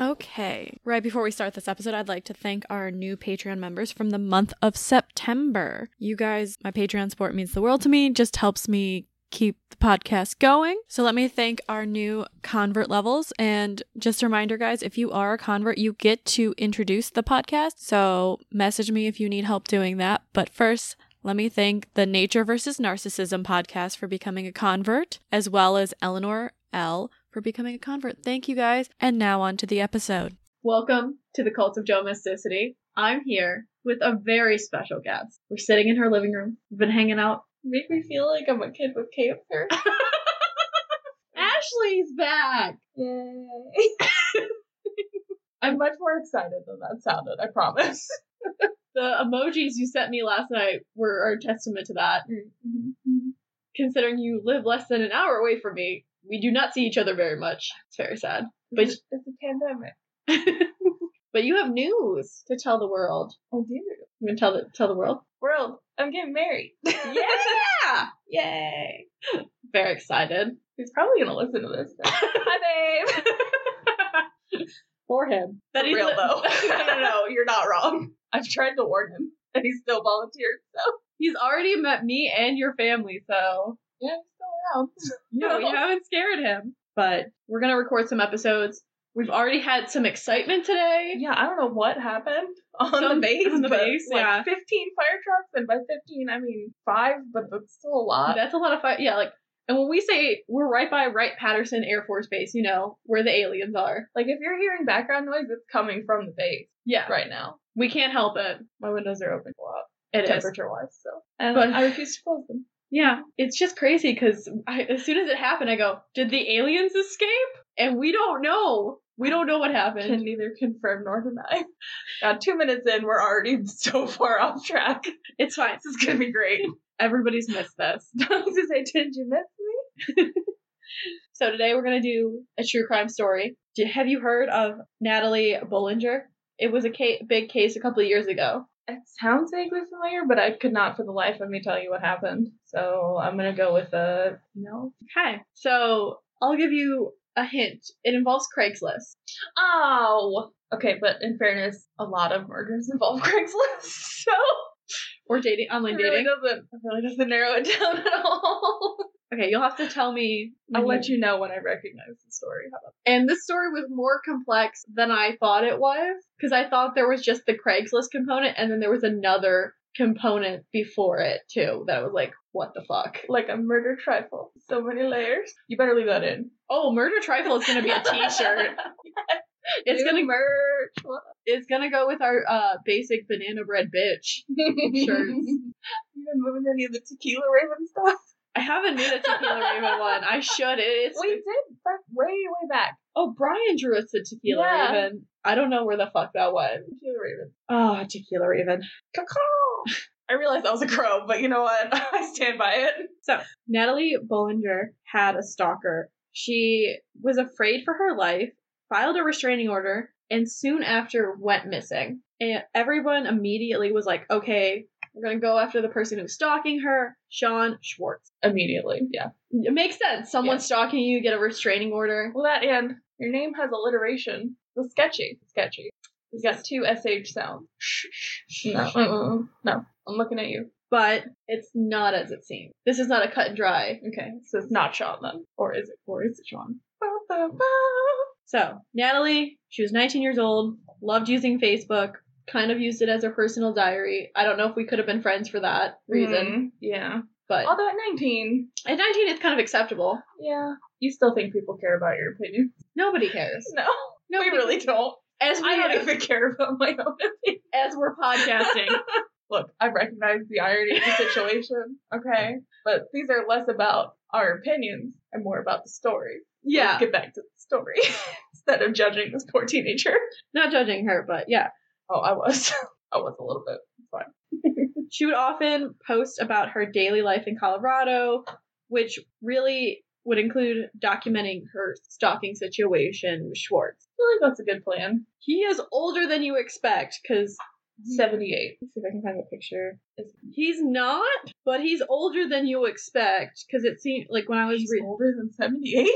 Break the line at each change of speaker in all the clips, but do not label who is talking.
Okay. Right before we start this episode, I'd like to thank our new Patreon members from the month of September. You guys, my Patreon support means the world to me, just helps me keep the podcast going. So let me thank our new convert levels. And just a reminder, guys, if you are a convert, you get to introduce the podcast. So message me if you need help doing that. But first, let me thank the Nature versus Narcissism podcast for becoming a convert, as well as Eleanor L for becoming a convert. Thank you guys. And now on to the episode.
Welcome to the Cult of Domesticity. I'm here with a very special guest. We're sitting in her living room. We've been hanging out.
Make me feel like I'm a kid with cancer.
Ashley's back!
Yay. I'm much more excited than that sounded, I promise.
The emojis you sent me last night were a testament to that.
Mm-hmm.
Considering you live less than an hour away from me, we do not see each other very much. It's very sad. But
It's a pandemic.
but you have news to tell the world.
I do.
You want to tell the tell the world?
World, I'm getting married.
Yeah!
Yay.
very excited.
He's probably going to listen to this. now. Hi, babe.
For him. That
For
he's
real,
li-
though. no, no, no. You're not wrong. I've tried to warn him, and he still volunteered, so.
He's already met me and your family, so
Yeah, he's still around.
No, we haven't scared him. But we're gonna record some episodes. We've already had some excitement today.
Yeah, I don't know what happened on
Some-
the base.
on the
but,
base,
like,
yeah.
15 fire trucks, and by 15, I mean five, but that's still a lot.
That's a lot of fun. Yeah, like, and when we say we're right by Wright Patterson Air Force Base, you know where the aliens are.
like, if you're hearing background noise, it's coming from the base
Yeah,
right now.
we can't help it.
My windows are open a lot,
It is.
temperature wise, so. And
But-
I refuse to close them.
Yeah, it's just crazy because as soon as it happened, I go, "Did the aliens escape?" And we don't know. We don't know what happened.
Can neither confirm nor deny. God, two minutes in, we're already so far off track.
it's fine.
This is gonna be great.
Everybody's missed this.
I was gonna say, did you miss me?
So today we're gonna do a true crime story. Do, have you heard of Natalie Bollinger? It was a ca- big case a couple of years ago.
It sounds vaguely familiar, but I could not for the life of me tell you what happened. So I'm gonna go with a no.
Okay. So I'll give you a hint. It involves Craigslist.
Oh, okay, but in fairness, a lot of murders involve Craigslist, so
Or dating online
it really
dating.
doesn't it really doesn't narrow it down at all.
Okay, you'll have to tell me.
I'll let you know when I recognize the story. How about
And this story was more complex than I thought it was because I thought there was just the Craigslist component and then there was another component before it too that I was like, what the fuck?
that? Like a murder trifle, so many layers. You better leave that in.
Oh, murder trifle is gonna be a T-shirt. It's gonna
merge.
It's gonna go with our uh, basic banana bread bitch. Shirts.
You been moving any of the tequila raven stuff?
I haven't made a tequila raven one. I should. It- It's
We did, but way, way back.
oh Brian drew us a tequila
Yeah.
raven. I don't know where the fuck that went.
Tequila raven.
Oh, tequila raven.
Caw-caw. I realized that was a crow, but you know what? I stand by it.
So Natalie Bollinger had a stalker. She was afraid for her life, filed a restraining order, and soon after went missing. And everyone immediately was like, "Okay, we're gonna go after the person who's stalking her, Sean Schwartz."
Immediately, yeah.
It makes sense. Someone's
Yeah.
stalking you, you get a restraining order.
Well, that and your name has alliteration. It's sketchy. Sketchy. It's got two sh sounds. No, uh-uh. no. I'm looking at you.
but it's not as it seems. This is not a cut and dry.
Okay, so it's not Sean then, or is it?
Or is it Sean?
Ba-ba-ba.
So, Natalie, she was 19 years old, loved using Facebook, kind of used it as her personal diary. I don't know if we could have been friends for that reason,
Mm, yeah.
but
Although at 19,
at 19, it's kind of acceptable.
yeah, you still think people care about your opinion.
Nobody cares.
No,
No,
we really don't.
As we
I don't even care about my own opinion.
as we're podcasting,
Look, I recognize the irony of the situation, okay? But these are less about our opinions and more about the story. So
yeah,
Let's get back to the story instead of judging this poor teenager.
not judging her, but yeah,
Oh, I was. I was a little bit.
she would often post about her daily life in Colorado, which really would include documenting her stalking situation with Schwartz.
I feel like that's a good plan.
He is older than you expect because
78.
see if I can find a picture. He's not, but he's older than you expect because it seemed like when I was
He's
reading.
older than 78?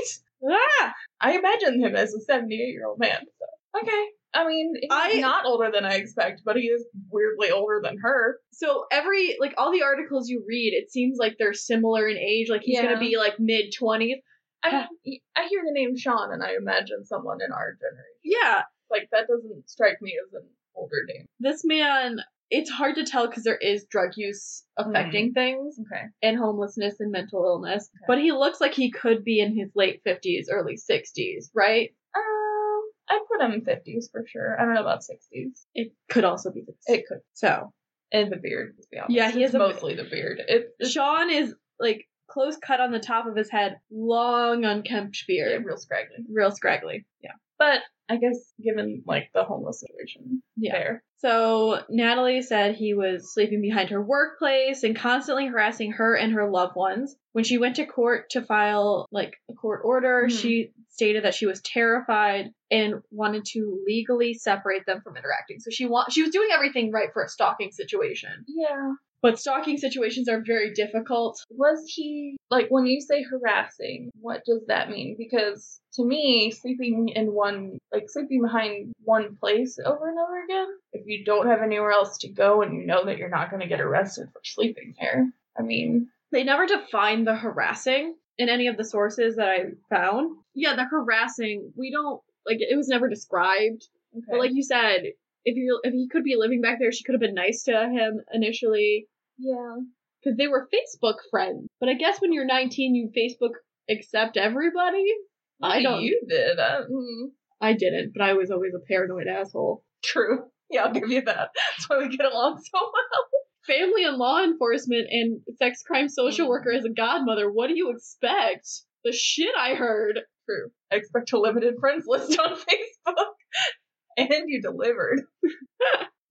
Ah!
I imagine him as a 78 year old man. Okay. I mean, he's
I-
not older than I expect, but he is weirdly older than her.
So every like all the articles you read, it seems like they're similar in age. Like he's
Yeah.
gonna be like mid twenties.
I I hear the name Sean and I imagine someone in our generation.
Yeah,
Like that doesn't strike me as an older name.
this man. It's hard to tell because there is drug use affecting
Mm-hmm.
things
Okay.
and homelessness and mental illness. But he looks like he could be in his late fifties, early sixties, right?
Um, I'd put him in fifties for sure. I don't know about sixties.
It could also be this.
It could.
so
And the beard, let's be honest.
Yeah, he
It's
has a-
mostly the beard. It, it's
Sean is like close cut on the top of his head, long unkempt
yeah,
beard,
real scraggly.
real scraggly. Yeah.
But I guess given like the homeless situation
Yeah.
there.
So Natalie said he was sleeping behind her workplace and constantly harassing her and her loved ones. When she went to court to file like a court order,
Mhm.
she stated that she was terrified and wanted to legally separate them from interacting. So she wa- she was doing everything right for a stalking situation.
Yeah.
But stalking situations are very difficult.
was he like when you say harassing what does that mean because to me sleeping in one like sleeping behind one place over and over again if you don't have anywhere else to go and you know that you're not going to get arrested for sleeping there i mean
They never define the harassing in any of the sources that I found. Yeah, the harassing, we don't like it was never described.
okay.
But like you said, if you if he could be living back there, she could have been nice to him initially
yeah
because they were Facebook friends. But I guess when you're 19, you Facebook accept everybody. I
Maybe
don't.
you did uh, mm,
I didn't, but I was always a paranoid asshole.
true yeah i'll give you that that's why we get along so well
Family and law enforcement and sex crime social
Mm.
worker as a godmother. What do you expect? The shit I heard.
true i expect a limited friends list on facebook and you delivered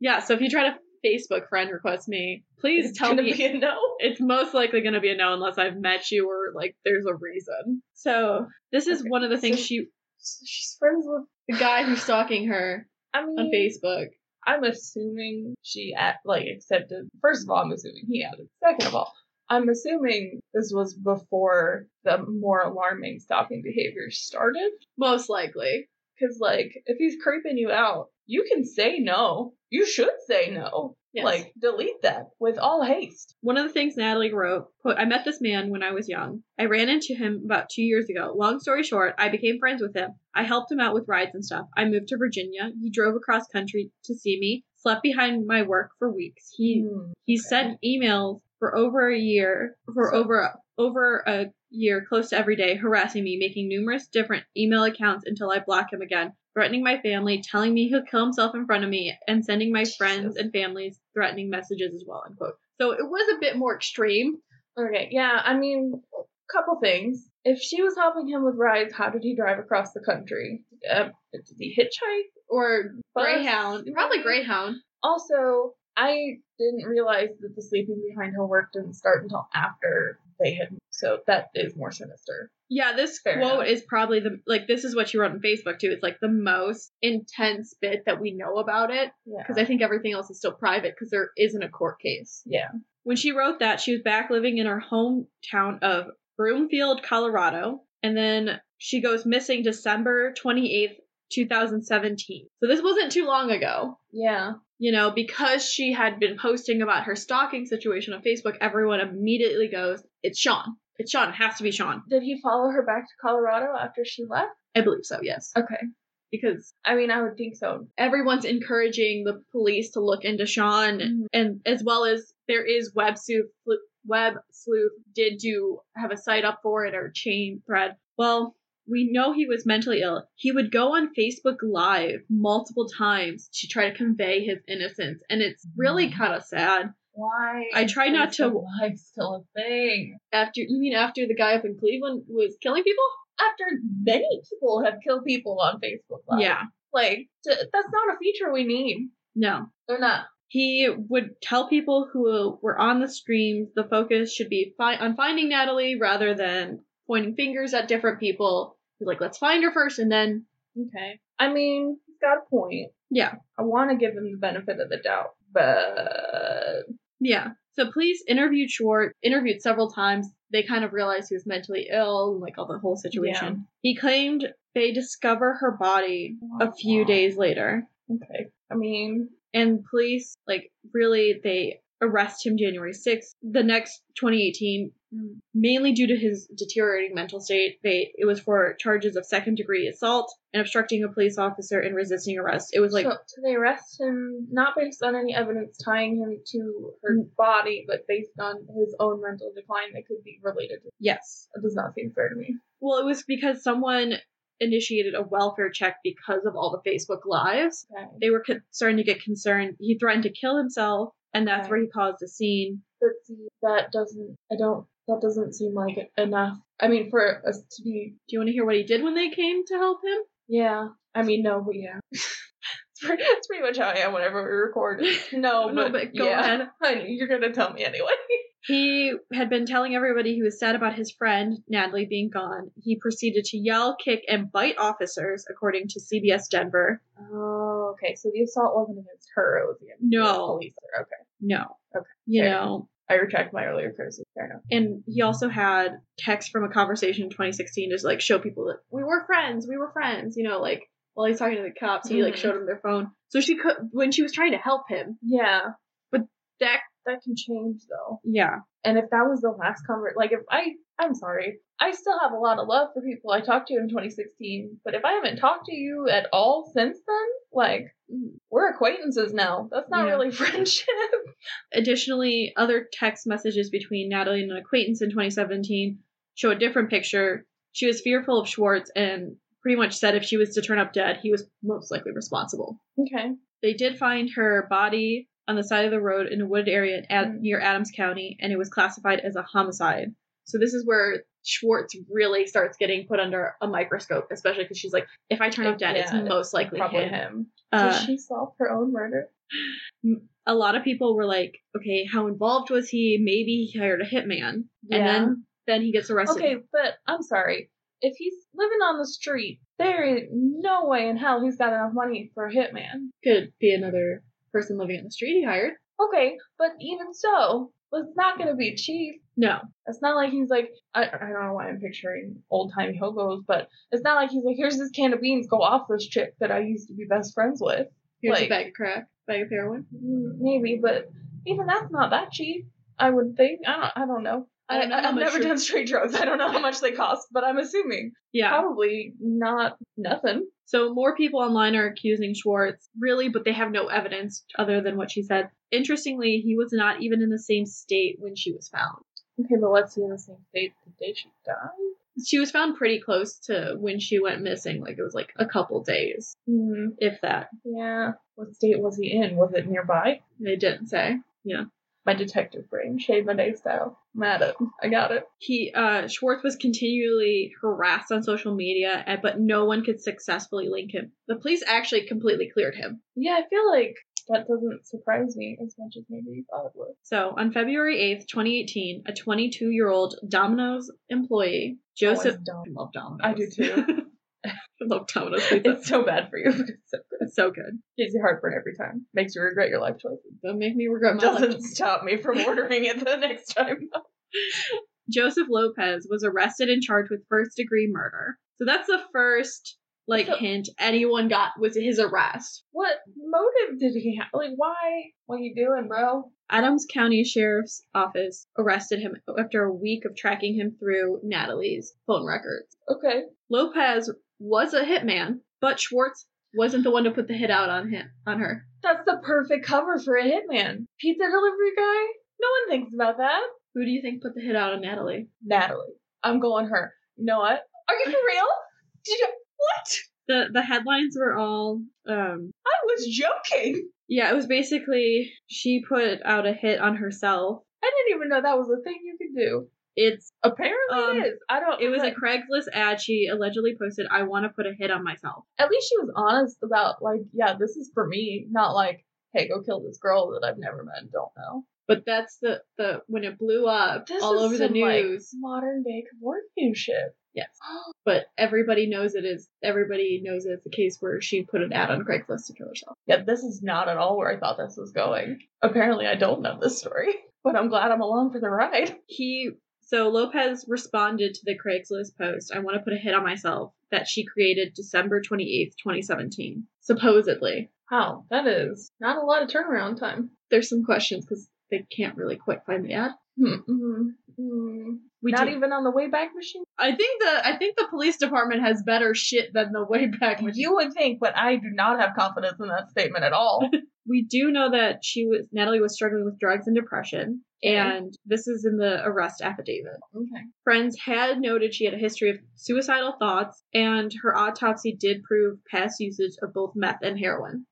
Yeah. So if you try to Facebook friend request me, please
it's
tell
gonna
me
be a no
it's most likely going to be a no unless I've met you or like there's a reason. So this is
Okay.
one of the things
So-
she,
So she's friends with
the guy who's stalking her
i mean
on Facebook.
I'm assuming she at, like accepted. First of all, I'm assuming he added. Second of all, I'm assuming this was before the more alarming stalking behavior started.
Most likely,
Because like, if he's creeping you out, you can say no. You should say no.
Yes.
Like, delete that with all haste.
one of the things Natalie wrote: quote, "I met this man when I was young. I ran into him about two years ago. Long story short, I became friends with him. I helped him out with rides and stuff. I moved to Virginia. He drove across country to see me. Slept behind my work for weeks. He
Mm-hmm.
He sent emails for over a year, for
So-
over over a year, close to every day, harassing me, making numerous different email accounts until I block him again, threatening my family, telling me he'll kill himself in front of me, and sending my friends
Jesus.
and families threatening messages as well. Unquote. So it was a bit more extreme.
Okay, yeah, I mean, couple things. If she was helping him with rides, how did he drive across the country? Uh, did he hitchhike?
Or
Bus, Mm-hmm.
Greyhound, probably
maybe?
Greyhound.
Also, I didn't realize that the sleeping behind her work didn't start until after they had. So that is more sinister.
Yeah, this
Fair
quote
enough.
is probably the like. This is what she wrote on Facebook too. It's like the most intense bit that we know about it.
Yeah.
because I think everything else is still private because there isn't a court case.
Yeah.
When she wrote that, she was back living in her hometown of Broomfield, Colorado, and then she goes missing December 28th, 2017. So this wasn't too long ago.
Yeah.
You know, because she had been posting about her stalking situation on Facebook, everyone immediately goes, It's Sean. It's Sean. It has to be Sean.
Did he follow her back to Colorado after she left?
I believe so, yes.
Okay.
Because
I mean, I would think so.
everyone's encouraging the police to look into Sean,
Mhm.
and as well as there is Web Sleuth. Web Sleuth did do have a site up for it or chain thread. Well, we know he was mentally ill. He would go on Facebook Live multiple times to try to convey his innocence, and it's really
Mhm.
kind of sad.
Why?
I try
is
not to-
Facebook Live still a thing?
After you mean after the guy up in Cleveland was killing people?
After many people have killed people on Facebook Live.
Yeah,
Like t- that's not a feature we need.
no.
They're not.
He would tell people who were on the streams the focus should be fi- on finding Natalie rather than pointing fingers at different people. He's like, let's find her first, and then
Okay. I mean, he's got a point.
Yeah.
I want to give him the benefit of the doubt, but
yeah. So police interviewed Schwartz, interviewed several times. They kind of realized he was mentally ill, and like all the whole situation. He claimed They discover her body a few days later.
Okay. I mean,
And police, like, really, they arrest him January 6th, the next 2018, mainly due to his deteriorating mental state. They It was for charges of second degree assault and obstructing a police officer and resisting arrest. It was like,
so, so they arrest him not based on any evidence tying him to her body, but based on his own mental decline that could be related. to
yes.
It does not seem fair to me.
Well, it was because someone initiated a welfare check because of all the Facebook lives.
Okay.
They were con- starting to get concerned. He threatened to kill himself, and that's
Right.
where he caused a scene.
But see, that doesn't. I don't. That doesn't seem like enough. I mean, for us to be.
Do you want to hear what he did when they came to help him?
Yeah. I mean, no, but yeah. It's pre- It's pretty much how I am whenever we record. No,
No,
Oh, but,
but go
yeah.
ahead.
I know, you're gonna tell me anyway.
He had been telling everybody he was sad about his friend, Natalie, being gone. He proceeded to yell, kick, and bite officers, according to CBS Denver.
Oh, okay. So the assault wasn't against her; it was against
No.
the police. Okay,
No.
Okay,
You
fair.
know,
I retract my earlier criticism. Fair enough.
and he also had text from a conversation in 2016 to like show people that we were friends, we were friends, you know, like while he's talking to the cops, he like
Mhm.
showed him their phone. So she could when she was trying to help him,
Yeah,
that
that can change though.
yeah,
And if that was the last convert, like if I, I'm sorry, I still have a lot of love for people I talked to in 2016. But if I haven't talked to you at all since then, like we're acquaintances now. That's not
Yeah.
really friendship.
Additionally, other text messages between Natalie and an acquaintance in 2017 show a different picture. She was fearful of Schwartz and pretty much said if she was to turn up dead, he was most likely responsible.
okay.
They did find her body on the side of the road in a wooded area in Ad-
Mm.
near Adams County, and it was classified as a homicide. So this is where Schwartz really starts getting put under a microscope, especially because she's like, if I turn up dead, it's
Yeah, it's
most likely
Probably
him.
him.
Uh,
Did she solve her own murder?
a lot of people were like, okay, how involved was he? Maybe he hired a hitman, and then then he gets arrested.
Okay, but I'm sorry. If he's living on the street, there is no way in hell he's got enough money for a hitman.
could be another person living on the street he hired.
Okay, but even so, it's not going to be cheap.
No,
It's not like he's like, I, I don't know why I'm picturing old time hobos, but it's not like he's like, here's this can of beans, go off this chick that I used to be best friends with.
here's a
Like-
bag of crack, bag of heroin.
Mm, Maybe, but even that's not that cheap, I would think. I don't, I don't know.
I
I
don't know how
I've
much
never
your-
done straight drugs. I don't know how much they cost, but I'm assuming
Yeah.
probably not nothing.
So more people online are accusing Schwartz, really, but they have no evidence other than what she said. Interestingly, he was not even in the same state when she was found.
Okay, but what's he in the same state the day she died?
She was found pretty close to when she went missing, like it was like a couple days,
Hmm.
if that.
Yeah. What state was he in? Was it nearby?
They didn't say.
My detective brain, shade my day style. I'm at it. I got it.
He uh Schwartz was continually harassed on social media, and, but no one could successfully link him. The police actually completely cleared him.
Yeah, I feel like that doesn't surprise me as much as maybe you thought it would.
So on February 8th, 2018, a 22 year old Domino's employee, Joseph.
Always dumb.
I love Domino's.
Oh, I do too.
I love Domino's pizza.
It's so bad for you. because It's so good.
It's so good.
Gives you heartburn every time. Makes you regret your life choices.
Don't make me regret my
doesn't
life.
stop me from ordering it the next time.
Joseph Lopez was arrested and charged with first degree murder. So that's the first like
So-
hint anyone got was his arrest.
What motive did he have? Like, why? What you doing, bro?
Adams County Sheriff's Office arrested him after a week of tracking him through Natalie's phone records.
Okay.
Lopez was a hitman, but Schwartz wasn't the one to put the hit out on him on her.
That's the perfect cover for a hitman. Pizza delivery guy? No one thinks about that.
Who do you think put the hit out on Natalie?
Natalie. I'm going her. You know what? Are you for real? Did you- what?
The the headlines were all um
I was joking.
yeah, it was basically she put out a hit on herself.
I didn't even know that was a thing you could do.
It's
Apparently
Um,
it is. I don't
it was a
like,
Craigslist ad she allegedly posted, I wanna put a hit on myself.
at least she was honest about like, yeah, this is for me, not like, hey, go kill this girl that I've never met and don't know.
But that's the, the when it blew up
This
all
is
over the
some, like,
news.
modern day Kavorkian shit.
yes. But everybody knows it is everybody knows it's a case where she put an ad on Craigslist to kill herself.
Yeah, this is not at all where I thought this was going. Apparently I don't know this story. But I'm glad I'm along for the ride.
He So Lopez responded to the Craigslist post, I want to put a hit on myself, that she created December 28th, 2017. Supposedly.
Wow, that is not a lot of turnaround time.
There's some questions because they can't really quick find the ad.
Mm-hmm. Mm.
We
not
do-
even on the Wayback Machine?
I think the I think the police department has better shit than the Wayback Machine.
You would think, but I do not have confidence in that statement at all.
we do know that she was Natalie was struggling with drugs and depression,
Okay.
and this is in the arrest affidavit.
okay.
Friends had noted she had a history of suicidal thoughts, and her autopsy did prove past usage of both meth and heroin.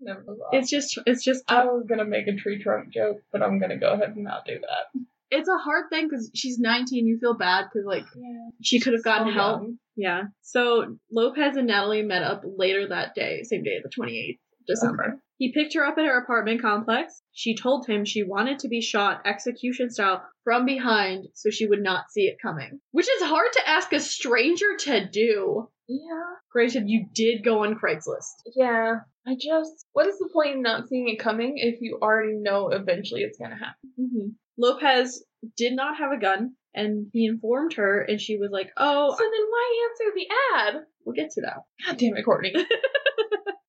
Never mind.
It's just it's just
I was gonna make a tree trunk joke, but I'm gonna go ahead and not do that.
it's a hard thing because she's 19. You feel bad because like
Yeah.
she could have gotten
So
help.
young.
Yeah. So Lopez and Natalie met up later that day, same day, the 28th of December.
Okay.
He picked her up at her apartment complex. She told him she wanted to be shot execution style from behind so she would not see it coming, which is hard to ask a stranger to do.
Yeah.
Granted, you did go on Craigslist.
Yeah. I just what is the point in not seeing it coming if you already know eventually it's gonna happen?
Mm-hmm. Lopez did not have a gun, and he informed her, and she was like,
So
Oh,
then why answer the ad?
we'll get to that.
God damn it, Courtney.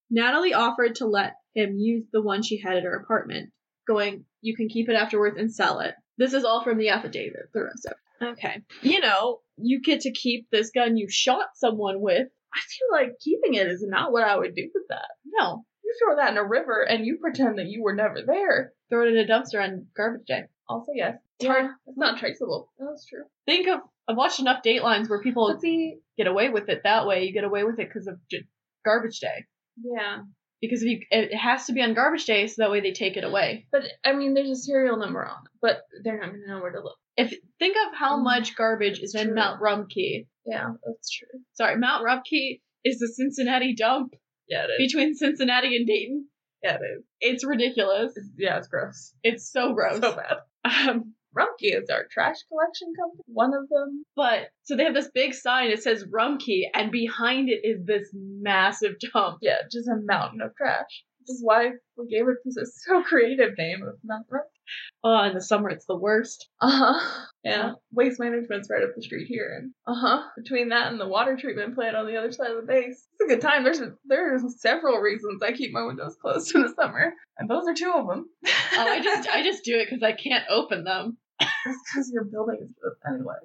Natalie offered to let him use the one she had at her apartment, going, You can keep it afterwards and sell it. This is all from the affidavit, the rest of it. Okay. You know, you get to keep this gun you shot someone with.
I feel like keeping it is not what I would do with that.
No.
You throw that in a river and you pretend that you were never there.
Throw it in a dumpster on garbage day.
Also, yes.
It's hard.
It's not traceable. That's true.
Think of, I've watched enough Datelines where people
But see,
get away with it that way. You get away with it because of j- garbage day.
yeah.
Because if you, it has to be on garbage day so that way they take it away.
But I mean, there's a serial number on it, but they're not gonna know where to look.
If think of how
Mm.
much garbage is in
True.
Mount Rumkey.
Yeah, that's true.
Sorry, Mount Rumkey is the Cincinnati dump.
Yeah, it is.
between Cincinnati and Dayton.
Yeah, it is.
It's ridiculous.
It's- yeah, it's gross.
It's so gross.
So bad.
Um,
Rumpke is our trash collection company. One of them.
but so they have this big sign. It says Rumkey, and behind it is this massive dump.
Yeah, just a mountain of trash. Which is why we gave it this so creative name of Mount Rumpke.
Oh, in the summer it's the worst.
Uh huh. Yeah.
Yeah. Uh-huh.
Waste management's right up the street here, and uh huh. Between that and the water treatment plant on the other side of the base, it's a good time. There's there's several reasons I keep my windows closed in the summer, and those are two of them.
Oh, I just I just do it because I can't open them.
because your building is anyway.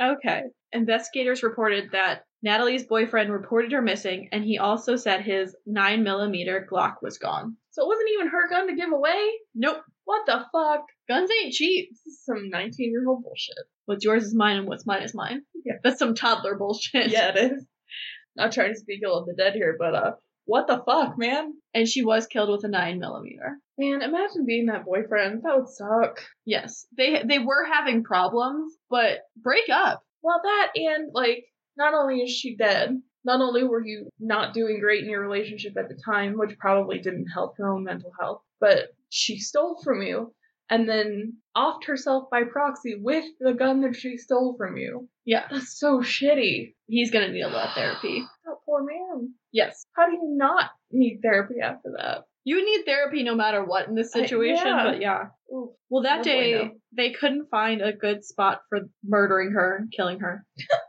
Okay. Investigators reported that Natalie's boyfriend reported her missing, and he also said his nine millimeter Glock was gone.
So it wasn't even her gun to give away.
Nope,
What the fuck?
guns ain't cheap.
This is some 19 year old bullshit.
What's yours is mine, and what's mine is mine.
Yeah.
That's some toddler bullshit.
yeah, it is. Not trying to speak ill of the dead here, but uh, what the fuck, man?
and she was killed with a nine millimeter.
Man, imagine being that boyfriend. That would suck.
Yes, they they were having problems, but break up.
Well, that and like, not only is she dead, not only were you not doing great in your relationship at the time, which probably didn't help her own mental health, but she stole from you and then offed herself by proxy with the gun that she stole from you.
Yeah,
That's so shitty.
he's gonna need a lot of therapy.
That poor man.
Yes,
How do you not need therapy after that?
you need therapy no matter what in this
I-
situation.
yeah.
But yeah,
Oof.
well that
No
day
bueno.
they couldn't find a good spot for murdering her and killing her,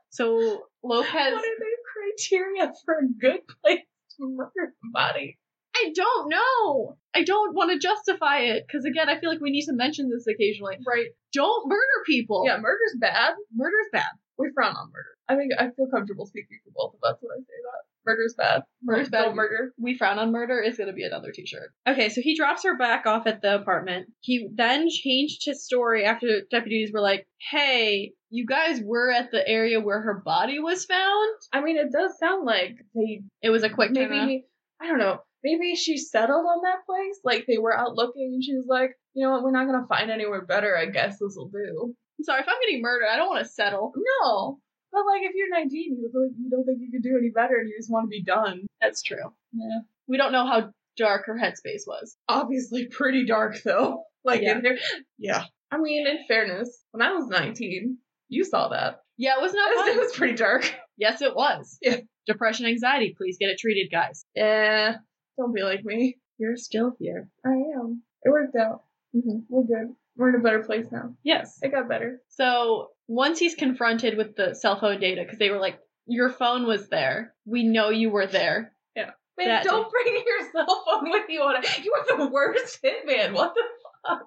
so
What
Lopez.
are the criteria for a good place to murder somebody?
I don't know. I don't want to justify it because again, I feel like we need to mention this occasionally.
Right.
Don't murder people.
Yeah, murder's bad.
murder's bad.
we frown on murder. I think I feel comfortable speaking for both of us when I say that. Murder's bad.
Murder's bad.
Don't murder.
we frown on murder is going to be another t-shirt. Okay, so he drops her back off at the apartment. He then changed his story after deputies were like, "Hey, you guys were at the area where her body was found."
I mean, it does sound like they
It was a quick
maybe
turnaround.
I don't know. Maybe she settled on that place. Like they were out looking, and she was like, you know what? We're not gonna find anywhere better. I guess this will do.
I'm sorry if I'm getting murdered. I don't want to settle.
No, but like if you're 19, you like you don't think you can do any better, and you just want to be done.
That's true.
Yeah.
We don't know how dark her headspace was.
Obviously, pretty dark though. Like
Yeah.
in there. Yeah. I mean, in fairness, when I was 19, you saw that.
Yeah, it was not
It was-
fun.
it was pretty dark.
yes, it was.
Yeah.
Depression, anxiety. Please get it treated, guys.
Yeah, don't be like me.
You're still here.
I am. It worked out.
Mm-hmm.
We're good. We're in a better place now.
Yes.
It got better.
So once he's confronted with the cell phone data, because they were like, your phone was there. We know you were there.
Man,
That-
don't bring your cell phone with you on it. You are the worst hitman. What the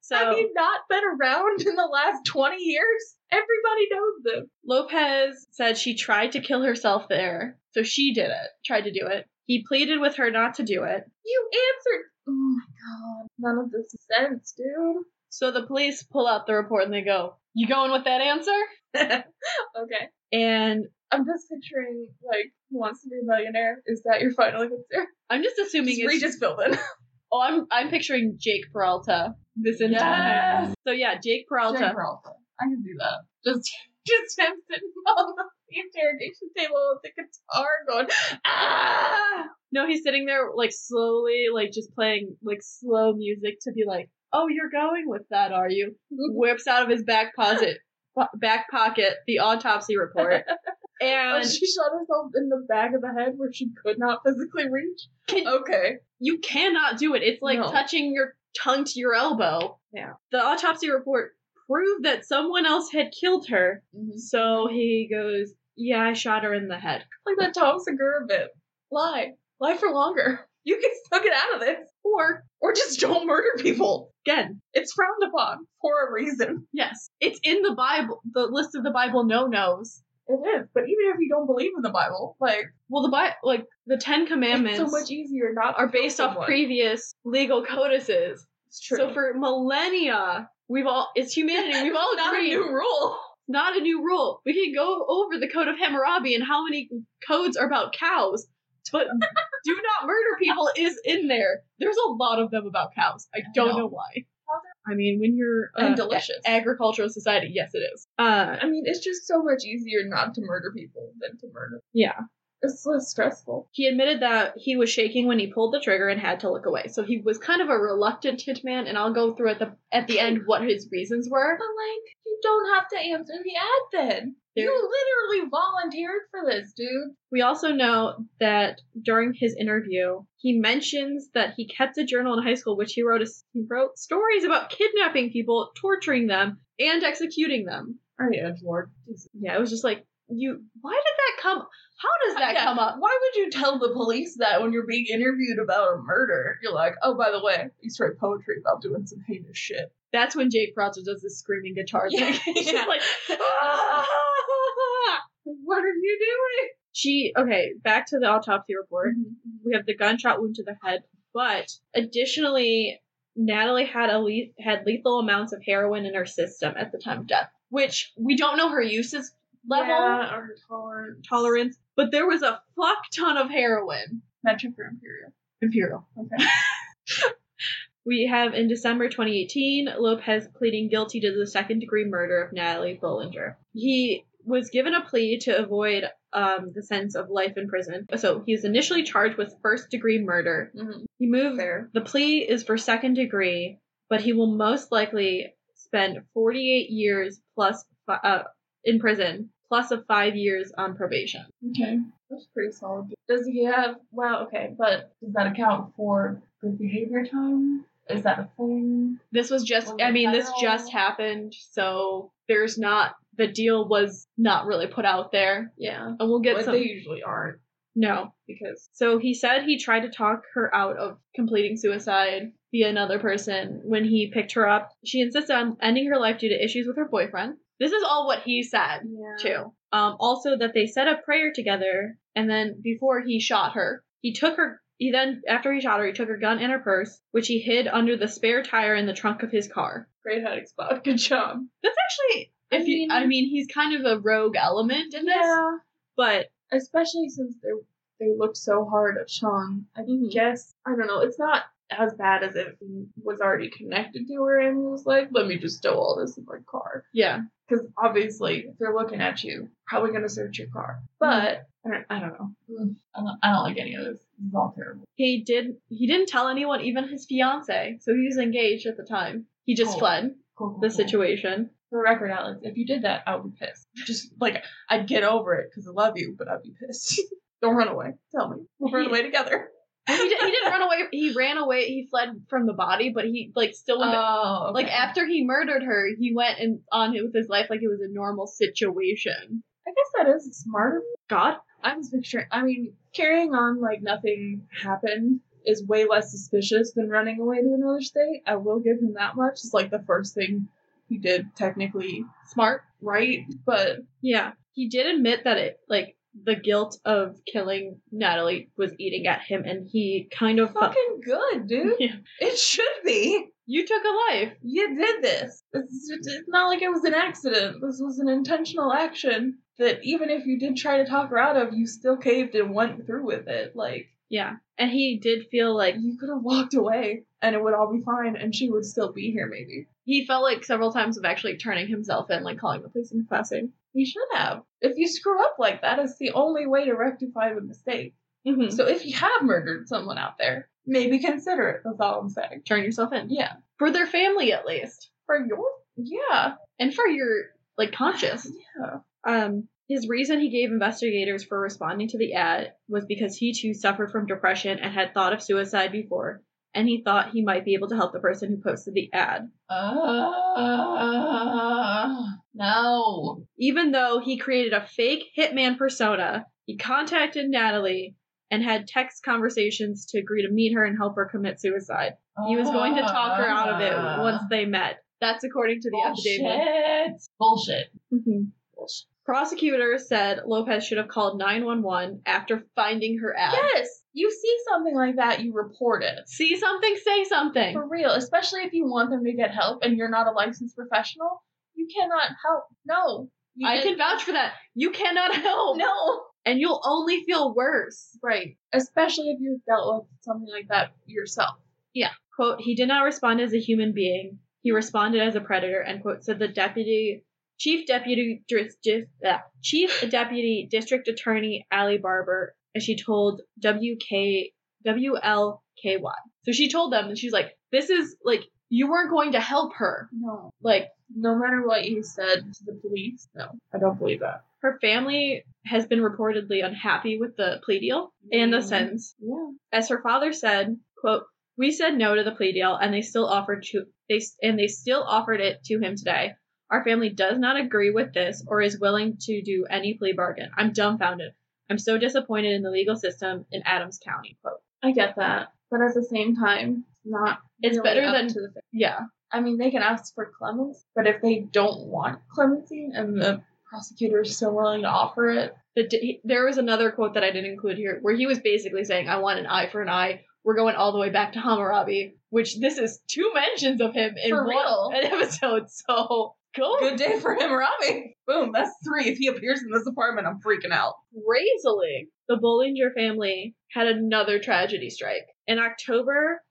So
Have you not been around in the last 20 years? Everybody knows this.
Lopez said she tried to kill herself there. So she did it, tried to do it. He pleaded with her not to do it.
You answered. Oh my god. None of this makes sense, dude.
So the police pull out the report and they go, You going with that answer?
Okay.
And
I'm just picturing, like, who wants to be a millionaire? Is that your final answer?
I'm just assuming
Just
it's
Regis Philbin.
Oh, I'm I'm picturing Jake Peralta this
Yes.
entire So yeah, Jake Peralta.
Jake Peralta. I can do that. Just, just him sitting on the interrogation table with the guitar going, ah!
No, he's sitting there like slowly, like just playing like slow music to be like, "Oh, you're going with that, are you?" Whips out of his back pocket, back pocket, the autopsy report,
Oh,
and
she shot herself in the back of the head where she could not physically reach. Oh,
Can-
okay.
you cannot do it. It's like
No.
touching your tongue to your elbow.
Yeah.
The autopsy report proved that someone else had killed her.
Mm-hmm.
So he goes, "Yeah, I shot her in the head."
Like that Tom Segura bit. Lie. Lie for longer. You can still get out of this. Or or just don't murder people.
Again,
It's frowned upon for a reason.
yes, it's in the Bible, the list of the Bible no nos.
It is. But even if you don't believe in the Bible, like
Well, the Bi- like the Ten
it's
Commandments.
so much easier not to
are based
kill
off
someone.
previous legal codices.
It's true.
So for millennia, we've all it's humanity, we've all
not
agreed
a new rule.
not a new rule. We can go over the code of Hammurabi and how many codes are about cows, but do not murder people is in there. There's a lot of them about cows. I don't know.
know.
why. I mean, when you're uh,
And delicious.
a- agricultural society, yes, it is. Uh,
I mean, it's just so much easier not to murder people than to murder.
yeah.
It's less stressful.
He admitted that he was shaking when he pulled the trigger and had to look away. So he was kind of a reluctant hitman, and I'll go through at the at the end what his reasons were.
But like, you don't have to answer the ad then.
There-
You literally volunteered for this, dude.
We also know that during his interview, he mentions that he kept a journal in high school, which he wrote a, he wrote stories about kidnapping people, torturing them, and executing them.
All right, Edgelord.
Yeah, it was just like you. Why did that come? How does that
Yeah,
come up?
Why would you tell the police that when you're being interviewed about a murder? You're like, oh, by the way, you write poetry about doing some heinous shit.
That's when Jake Peralta does the screaming guitar
Yeah,
thing. She's
yeah.
like, "Ah!"
what are you
she okay. Back to the autopsy report.
doing?
we have the gunshot wound to the head, but additionally, Natalie had a le- had lethal amounts of heroin in her system at the time of death, which we don't know her uses level
Yeah, or tolerance.
tolerance, but there was a fuck ton of heroin.
Metric or imperial?
Imperial.
Okay.
We have in December 2018, Lopez pleading guilty to the second degree murder of Natalie Bollinger. He was given a plea to avoid um, the sentence of life in prison. So he was initially charged with first degree murder. He moved
Mm-hmm. Fair.
The plea is for second degree, but he will most likely spend 48 years plus fi- uh, in prison, plus a five years on probation.
Okay. That's pretty solid. Does he have. Wow, okay, but does that account for good behavior time? Is that a thing?
This was just,
Well,
I mean, this
federal-
just happened, so there's not, the deal was not really put out there.
Yeah.
And we'll get
But
some.
they usually aren't
no.
because.
So he said he tried to talk her out of completing suicide via another person when he picked her up. She insisted on ending her life due to issues with her boyfriend. This is all what he said.
Yeah.
too. Um, also that they said a prayer together, and then before he shot her, he took her. He then, after he shot her, he took her gun and her purse, which he hid under the spare tire in the trunk of his car.
Great hiding spot. Good job.
That's actually,
I
if you,
mean-
I mean, he's kind of a rogue element in this, but
especially since they they looked so hard at Sean. I
Mhm.
guess I don't know. It's not as bad as if he was already connected to her and was like, "Let me just stow all this in my car,"
yeah,
because obviously if they're looking at you, probably gonna search your car. But I don't, I don't know. Mm, I don't, I don't like any of this. This is all terrible.
he did. He didn't tell anyone, even his fiance. So he was engaged at the time. He just
Cool.
fled the situation.
For the record, Alex, if you did that, I would be pissed. Just like I'd get over it because I love you, but I'd be pissed. don't run away. Tell me, we'll run away together.
He, did, he didn't run away. He ran away. He fled from the body, but he like still went back.
Oh,
like after he murdered her, he went and on with his life like it was a normal situation.
I guess that is smarter.
God,
I was picturing. I mean, carrying on like nothing happened is way less suspicious than running away to another state. I will give him that much. It's like the first thing he did, technically
smart.
right, but
Yeah, he did admit that it like the guilt of killing Natalie was eating at him, and he kind of felt-
fucking good, dude.
Yeah.
It should be.
you took a life.
You did this. It's, it's not like it was an accident. This was an intentional action that even if you did try to talk her out of, you still caved and went through with it. Like
Yeah, and he did feel like
you could have walked away and it would all be fine, and she would still be here. Maybe
he felt like several times of actually turning himself in, like calling the police and confessing.
you should have. If you screw up like that, it's the only way to rectify the mistake.
Mm-hmm.
So if you have murdered someone out there, maybe consider it. That's all I'm saying.
Turn yourself in
Yeah,
for their family at least,
for your yeah
and for your like conscious.
yeah.
Um, his reason he gave investigators for responding to the ad was because he too suffered from depression and had thought of suicide before, and he thought he might be able to help the person who posted the ad.
Uh, no.
Even though he created a fake hitman persona, he contacted Natalie and had text conversations to agree to meet her and help her commit suicide. He was going to talk her out of
Uh, Ah.
it once they met. That's according to the affidavit.
Bullshit.
Mhm.
Bullshit.
Prosecutors said Lopez should have called 911 after finding her ad.
Yes, you see something like that, you report it.
See something, say something.
For real, especially if you want them to get help and you're not a licensed professional, you cannot help. No. You
I
did-
can vouch for that. You cannot help.
No.
And you'll only feel worse.
Right. Especially if you've dealt with something like that yourself.
Quote, he did not respond as a human being. He responded as a predator, end quote, said the deputy, chief deputy, Dris- Dis- uh, chief deputy district attorney, Allie Barber, and she told WK, WLKY. So she told them, and she's like, this is like, you weren't going to help her.
No.
Like,
No matter what you said to the police, no. I don't believe that.
her family has been reportedly unhappy with the plea deal and the
Mm.
sentence.
Yeah.
As her father said, quote, "We said no to the plea deal and they still offered to they and they still offered it to him today. Our family does not agree with this or is willing to do any plea bargain. I'm dumbfounded. I'm so disappointed in the legal system in Adams County." Quote.
I get that, but at the same time, not.
It's
really
better
up
than-
to the.
Yeah.
I mean, they can ask for clemency, but if they don't want clemency and the prosecutor is still willing to offer it,
The, d- there was another quote that I didn't include here where he was basically saying, I want an eye for an eye. We're going all the way back to Hammurabi, which this is two mentions of him in
For real?
one an episode. So go
good day for him, Robbie. Boom, that's three. If he appears in this apartment, I'm freaking out.
crazily. The Bollinger family had another tragedy strike in October,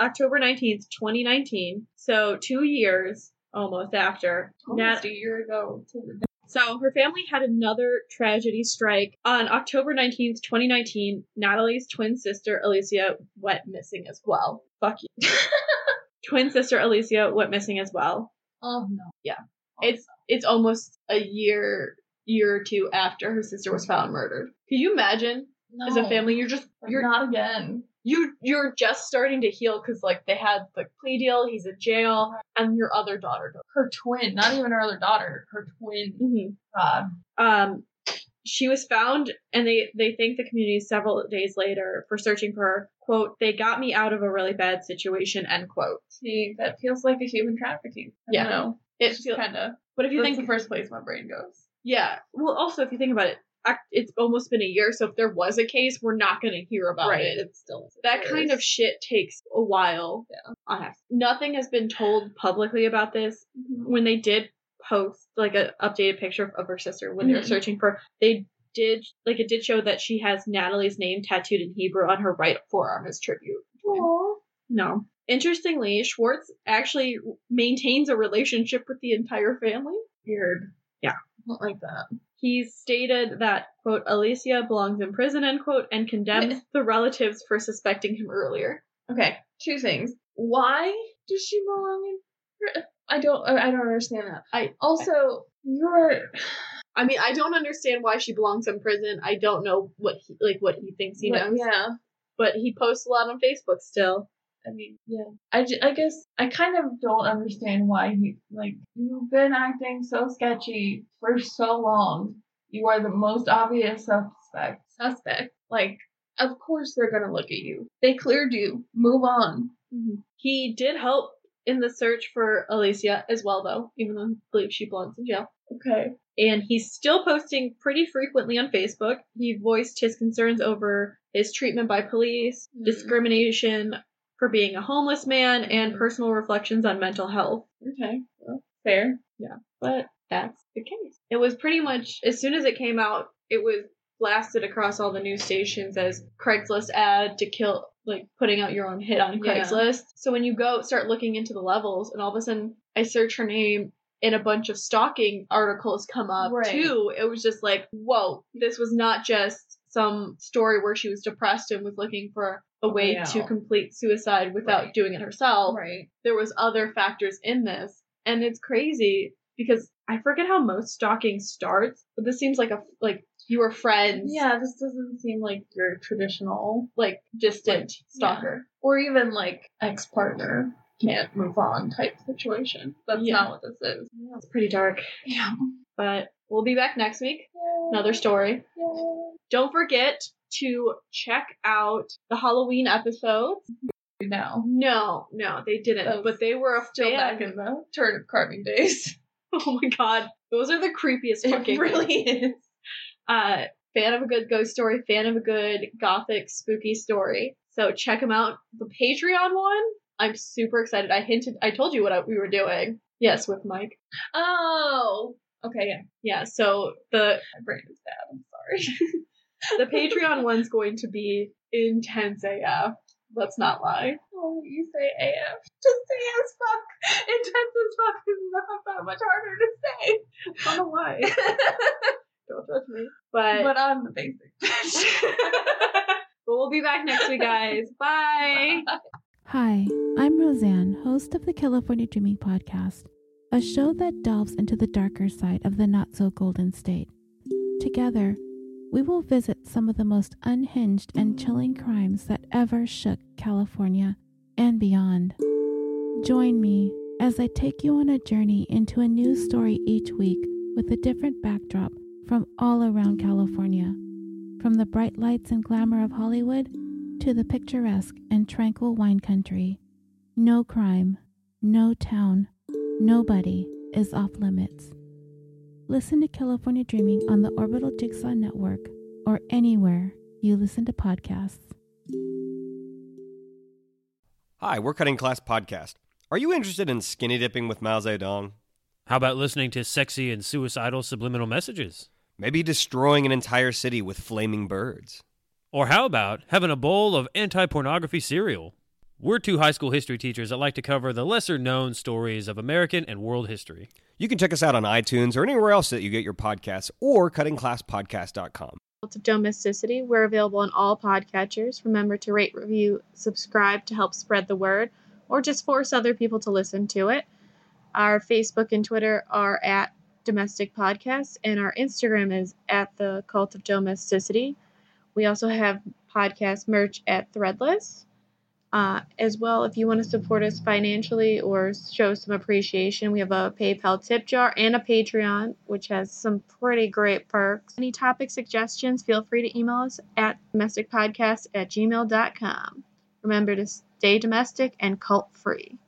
October 19th, 2019. So two years almost after. Nat-
Almost a year ago. To the day.
So her family had another tragedy strike on October 19th, 2019. Natalie's twin sister Alicia went missing as well. Fuck you. twin sister Alicia went missing as well.
Oh no.
It's it's almost a year year or two after her sister was found murdered. Can you imagine
no.
as a family you're just
Like,
you're
not again.
you you're just starting to heal cuz like they had the plea deal, he's in jail and your other daughter died.
Her twin, not even her other daughter. Her twin.
Mhm.
God.
um she was found and they they thanked the community several days later for searching for her quote they got me out of a really bad situation end quote
See, that feels like a human trafficking. I
Yeah.
don't know.
it feel,
kind of.
but if you
That's
think
the first place my brain goes.
yeah well also if you think about it ac- it's almost been a year so if there was a case we're not going to hear about it
It's still
that kind of shit takes a while
Yeah.
I have- nothing has been told publicly about this
Mm-hmm.
when they did post like an updated picture of her sister when they were
Mhm.
searching for they did like it did show that she has Natalie's name tattooed in Hebrew on her right forearm as tribute. No. Interestingly, Schwartz actually maintains a relationship with the entire family.
weird.
Yeah.
I don't like that.
He stated that, quote, Alicia belongs in prison, end quote, and condemns the relatives for suspecting him earlier.
Okay, two things. Why does she belong in? I don't. I don't understand that.
I-
also you're.
I mean, I don't understand why she belongs in prison. I don't know what he, like what he thinks he
what-
knows.
yeah.
but he posts a lot on Facebook still.
I mean, yeah. I, ju- I guess I kind of don't understand why he, like, you've been acting so sketchy for so long. You are the most obvious suspect. Suspect. Like, of course they're gonna look at you. They cleared you. Move on.
Mm-hmm. He did help in the search for Alicia as well, though, even though I believe she belongs in jail.
Okay.
And he's still posting pretty frequently on Facebook. He voiced his concerns over his treatment by police,
Mm.
discrimination for being a homeless man, and
Mm.
personal reflections on mental health.
Okay. Well, fair.
Yeah.
But
That's the case. It was pretty much, as soon as it came out, it was blasted across all the news stations as Craigslist ad to kill, like putting out your own hit on
Yeah.
Craigslist. So when you go start looking into the levels, and all of a sudden I search her name and a bunch of stalking articles come up
Right.
too. It was just like, whoa, this was not just some story where she was depressed and was looking for a way
way
to
out.
complete suicide without
Right.
doing it herself
right.
there was other factors in this and it's crazy because i forget how most stalking starts but this seems like a like you were friends
Yeah, this doesn't seem like your traditional
like distant
Like,
stalker
or even like ex partner can't move on type situation. That's
Yeah.
not what this is.
it's pretty dark
Yeah.
but we'll be back next week another story don't forget to check out the halloween episodes
Now,
no no they didn't
Those
but they were a
still
fan.
back in the turnip carving days.
oh my god those are the creepiest fucking
It really is.
uh, fan of a good ghost story, fan of a good gothic spooky story. So check them out. The Patreon one, I'm super excited. I hinted, I told you what I, we were doing. Yes, with Mike.
Oh. Okay. Yeah.
Yeah. So the
My brain is bad. I'm
the
sorry.
Patreon one's going to be intense AF. Let's not lie.
Oh, you say AF. Just say as fuck. Intense as fuck is not that much harder to say.
I don't know why. don't judge me. But, but
But I'm the basic bitch.
we'll be back next week, guys. Bye.
Hi, I'm Roseanne, host of the California Dreaming Podcast, a show that delves into the darker side of the not so golden state. Together, we will visit some of the most unhinged and chilling crimes that ever shook California and beyond. Join me as I take you on a journey into a new story each week with a different backdrop from all around California. From the bright lights and glamour of Hollywood, to the picturesque and tranquil wine country. No crime, no town, nobody is off limits. Listen to California Dreaming on the Orbital Jigsaw Network or anywhere you listen to podcasts.
Hi, we're Cutting Class Podcast. Are you interested in skinny dipping with Mao Zedong?
How about listening to sexy and suicidal subliminal messages?
Maybe destroying an entire city with flaming birds?
Or how about having a bowl of anti pornography cereal? We're two high school history teachers that like to cover the lesser known stories of American and world history.
You can check us out on iTunes or anywhere else that you get your podcasts or cuttingclasspodcast.com.
Of Domesticity. We're available on all podcatchers. Remember to rate, review, subscribe to help spread the word, or just force other people to listen to it. Our Facebook and Twitter are at Domestic Podcast, and our Instagram is at the Cult of Domesticity. We also have podcast merch at Threadless. Uh, as well, if you want to support us financially or show some appreciation, we have a PayPal tip jar and a Patreon, which has some pretty great perks. Any topic suggestions, feel free to email us at domesticpodcast at gmail.com. Remember to stay domestic and cult free.